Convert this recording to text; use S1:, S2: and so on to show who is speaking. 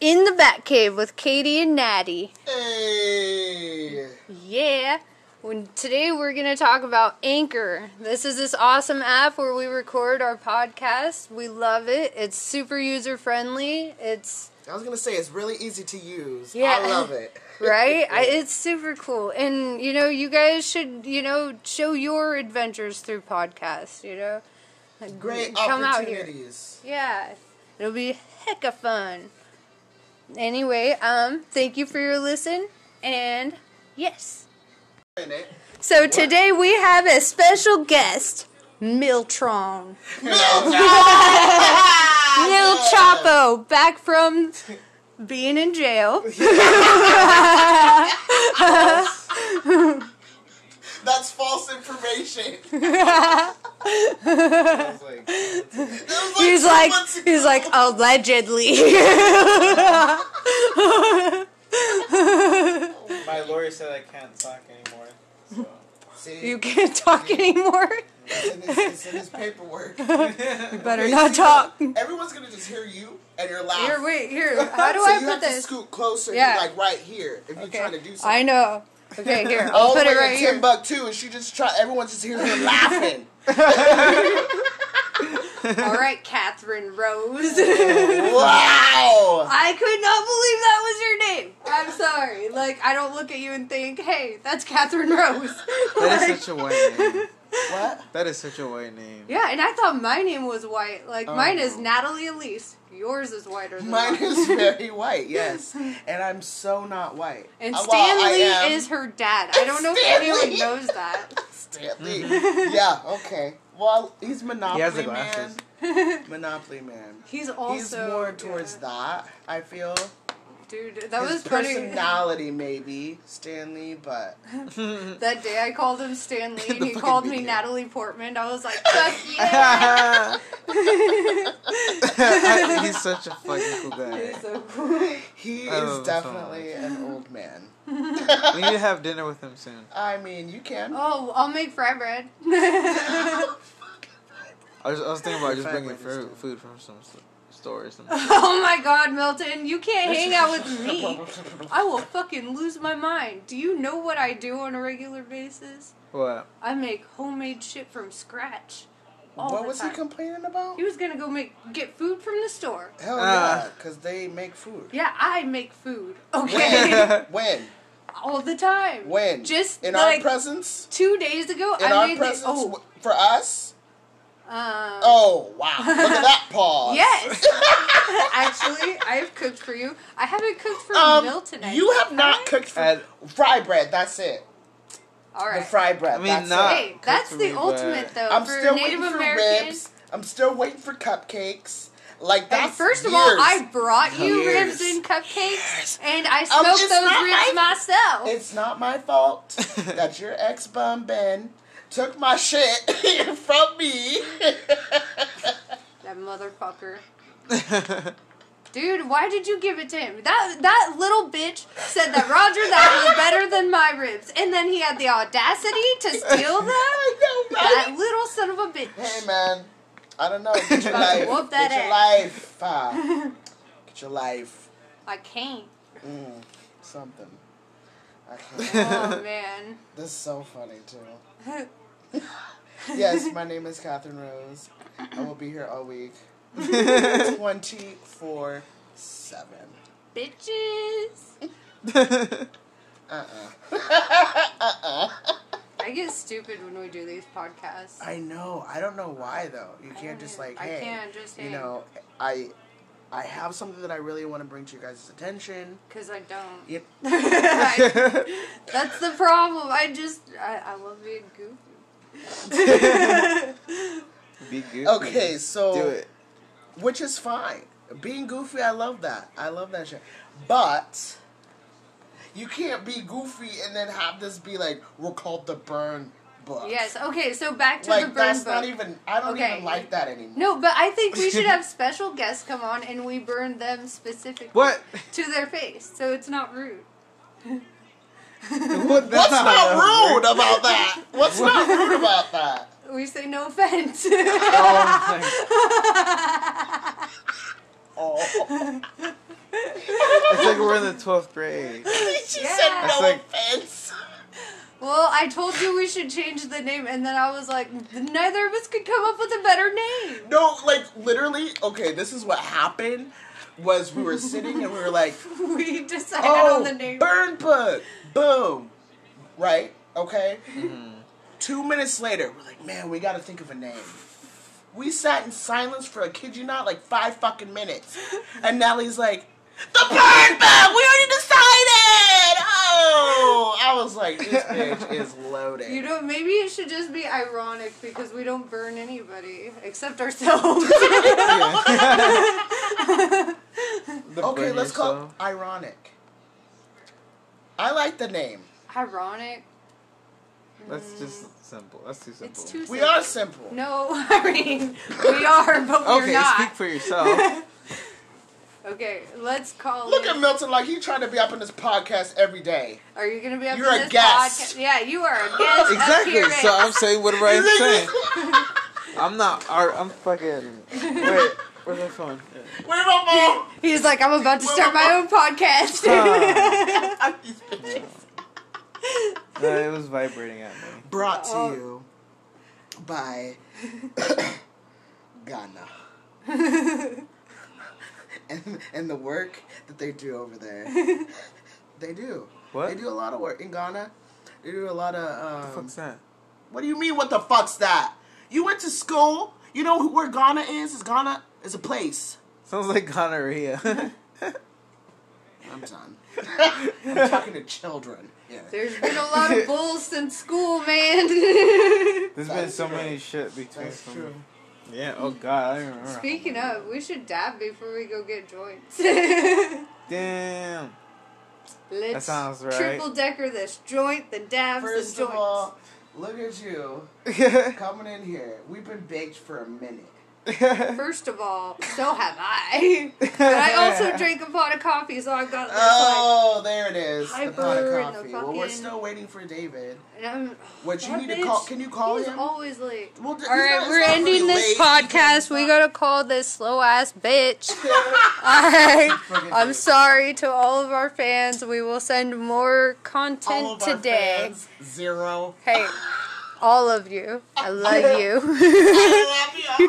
S1: in the Batcave with Katie and Natty.
S2: Hey!
S1: Yeah. When today we're going to talk about Anchor. This is this awesome app where we record our podcast. We love it. It's super user friendly. It's
S2: I was gonna say it's really easy to use.
S1: Yeah.
S2: I love it.
S1: right. I, it's super cool. And you know, you guys should you know show your adventures through podcasts. You know, Like,
S2: Great
S1: come out here.
S2: opportunities.
S1: Yeah, it'll be heck of fun. Anyway, um, thank you for your listen, and yes.
S2: In it.
S1: So today we have a special guest, Miltron, Mil Chapo, back from being in jail.
S2: That's false information. I was like, that was like
S1: He's
S2: two
S1: like,
S2: months ago.
S1: he's like allegedly.
S3: My lawyer said I can't talk anymore. So.
S2: See,
S1: you can't talk anymore.
S2: it's, in his, it's in his paperwork.
S1: You better
S2: Wait,
S1: not
S2: see,
S1: talk.
S2: Everyone's gonna just hear you and your laugh.
S1: Here, wait, here. How do
S2: so
S1: I
S2: you
S1: put
S2: have to
S1: this?
S2: scoot closer.
S1: Yeah.
S2: You're like right here if you're trying to do something.
S1: I know. Okay, here.
S2: All
S1: I'll put
S2: the
S1: it
S2: way
S1: right
S2: to
S1: here.
S2: Timbuktu, and she just try. Everyone's just hearing her laughing.
S1: All right, Catherine Rose.
S2: wow.
S1: I could not believe that was your name. I'm sorry. Like, I don't look at you and think, hey, that's Catherine Rose.
S3: That
S1: Like-
S3: is such a white name.
S2: What?
S3: That is such a white name.
S1: yeah, and I thought my name was white. Like,
S3: Oh.
S1: mine is Natalie Elise. Yours is whiter than
S2: Mine
S1: mine.
S2: is very white, yes, and I'm so not white.
S1: And
S2: Uh, well, I
S1: Stanley
S2: am.
S1: is her dad. I
S2: And
S1: don't know if
S2: Stanley!
S1: anyone knows that.
S2: Stanley. yeah. Okay. Well, he's Monopoly
S3: He has the
S2: man.
S3: glasses.
S2: Monopoly man.
S1: He's also
S2: he's more towards
S1: yeah.
S2: that. I feel
S1: Dude, that
S2: his
S1: was funny.
S2: personality maybe Stanley, but
S1: That day I called him Stanley and
S3: The
S1: he
S3: fucking
S1: called me
S3: video.
S1: Natalie Portman. I was like, fuck yeah.
S3: He's such a fucking cool guy.
S1: He's so cool.
S2: he
S3: Oh,
S2: is
S3: so
S2: definitely an old man.
S3: We need to have dinner with him soon.
S2: I mean, you can.
S1: Oh, I'll make fry bread.
S3: I was, I was thinking about just
S2: Fine,
S3: bringing
S2: wait,
S3: fruit,
S2: just-
S3: food from some s- store or something.
S1: oh my god, Milton, you can't hang out with me. I will fucking lose my mind. Do you know what I do on a regular basis?
S3: What?
S1: I make homemade shit from scratch. All
S2: what
S1: the
S2: was
S1: time.
S2: he complaining about?
S1: He was gonna go make get food from the store.
S2: Hell yeah,
S3: Uh.
S2: because they make food.
S1: Yeah, I make food. Okay,
S2: When? when?
S1: all the time.
S2: When?
S1: Just
S2: in
S1: like
S2: our presence?
S1: two days ago,
S2: In
S1: I
S2: our
S1: made
S2: presence?
S1: the oh,
S2: W- For us?
S1: um,
S2: Oh, wow. Look at that pause.
S1: Yes. Actually, I've cooked for you. I haven't cooked for
S2: Um,
S1: Milton. I
S2: you
S1: think,
S2: have not
S1: I?
S2: cooked for
S3: At-
S2: fry bread. That's it.
S1: All
S2: The Ah,
S1: right.
S2: fry bread.
S3: I mean,
S2: that's
S3: not-
S2: it.
S1: hey,
S3: cooked
S1: that's
S3: for
S1: the
S3: me, but-
S1: ultimate though
S2: I'm
S1: for
S2: still
S1: Native
S2: waiting for
S1: Americans.
S2: ribs. I'm still waiting for cupcakes. Like
S1: Hey,
S2: that's
S1: first of all,
S2: years.
S1: I brought you
S3: Years.
S1: ribs and cupcakes,
S2: Years.
S1: and I
S2: Um,
S1: smoked
S2: it's not
S1: those ribs
S2: my-
S1: myself.
S2: It's not my fault that your ex bum Ben took my shit from me.
S1: that motherfucker, dude. Why did you give it to him? That that little bitch said that Roger that was better than my ribs, and then he had the audacity to steal them.
S2: I know, right?
S1: That little son of a bitch.
S2: Hey man, I don't know. Get your
S1: About to
S2: life.
S1: whoop that
S2: Get your life. Uh, get your life.
S1: I can't.
S2: Mm, something. I can't.
S1: Oh man.
S2: this is so funny too. yes, my name is Catherine Rose. I will be here all week, twenty four seven.
S1: bitches.
S2: Uh uh. Uh uh.
S1: I get stupid when we do these podcasts.
S2: I know. I don't know why though. You can't just like
S1: I
S2: hey.
S1: can't just
S2: you
S1: hang.
S2: know, I I have something that I really want to bring to you guys' attention.
S1: because I don't.
S2: Yep.
S1: I- that's the problem. I just I, I love being goofy.
S3: Be good.
S2: Okay, so
S3: Do it.
S2: which is fine. Being goofy, I love that. I love that shit. But you can't be goofy and then have this be like we're called the burn book.
S1: yes. Okay. So back to
S2: like
S1: the burn
S2: that's
S1: book.
S2: not even. I don't
S1: Okay.
S2: even like that anymore.
S1: no, but I think we should have special guests come on and we burn them specifically
S3: What?
S1: to their face, so it's not rude.
S3: what?
S2: What's
S3: That's
S2: not
S3: how
S2: rude about that? What's not rude about that?
S1: We say no offense.
S3: that works.
S2: Oh.
S3: we're in the 12th grade.
S2: she
S1: Yeah.
S2: said
S1: That's
S2: no
S3: like-
S2: offense.
S1: Well, I told you we should change the name, and then I was like, neither of us could come up with a better name.
S2: No, like literally. Okay, this is what happened. Was we were sitting and we were like,
S1: We decided on
S2: oh,
S1: the name.
S2: burn book, boom, right? Okay. Two minutes later, we're like, man, we gotta think of a name. We sat in silence for, I kid you not, like five fucking minutes, and Nelly's like, the burn book. We already decided. Oh, I was like, this bitch is loaded.
S1: You know, maybe it should just be ironic because we don't burn anybody except ourselves.
S3: The
S2: okay,
S3: burn
S2: let's call
S3: yourself.
S2: it ironic. I like the name.
S1: ironic?
S3: That's just simple. That's too simple.
S1: It's too.
S2: We
S1: simple.
S2: are simple.
S1: No, I mean we are, but we're
S3: Okay,
S1: not.
S3: speak for yourself.
S1: Okay, let's call.
S2: Look
S1: it.
S2: at Milton like he trying to be up in this podcast every day.
S1: Are you gonna be up
S2: You're
S1: in
S2: a
S1: this
S2: guest.
S1: podcast? Yeah, you are a guest.
S3: exactly.
S1: appearance.
S3: So I'm saying whatever I'm saying. I'm not. ar- I'm fucking. Wait, where's my phone?
S2: Where my
S1: He's like, I'm about to start my own podcast.
S2: mom? These bitches.
S3: No, Uh, it was vibrating at me.
S2: Brought to
S1: Oh.
S2: you by Ghana and and the work that they do over there. They do.
S3: What?
S2: They do a lot of work in Ghana. They do a lot of. Um,
S3: the fuck's that?
S2: What do you mean? What the fuck's that? You went to school. You know who, where Ghana is? Is Ghana is a place.
S3: Sounds like gonorrhea.
S2: I'm done. I'm talking to children. Yeah.
S1: There's been a lot of bulls since school, man.
S3: There's been
S2: That's
S3: so
S2: true.
S3: many shit between.
S2: That's
S3: some-
S2: true.
S3: Yeah. Oh god, I don't remember. how
S1: Speaking
S3: many.
S1: of, we should dab before we go get joints.
S3: Damn.
S1: Let's
S3: sounds right.
S1: triple decker this joint, then dabs,
S2: First
S1: then
S2: of
S1: joints.
S2: all, look at you coming in here. We've been baked for a minute.
S1: First of all, so have I. But I also drank a pot of coffee, so I've got this like.
S2: Oh, there it is. The pot
S1: Hyper
S2: of
S1: and the
S2: coffee. Well, we're
S1: fucking-
S2: still waiting for David.
S1: And I'm,
S2: What you
S1: That
S2: need to call?
S1: bitch,
S2: Can you call
S1: he's
S2: him?
S1: always late.
S2: Well, d-
S1: All
S2: he's
S1: right,
S2: not-
S1: we're
S2: he's not
S1: ending
S2: really
S1: this
S2: late.
S1: podcast. We gotta call this slow ass bitch. All right, I'm sorry to all of our fans. We will send more content
S2: All of our
S1: today.
S2: fans, zero.
S1: Hey, all of you, I love you.
S2: I love you.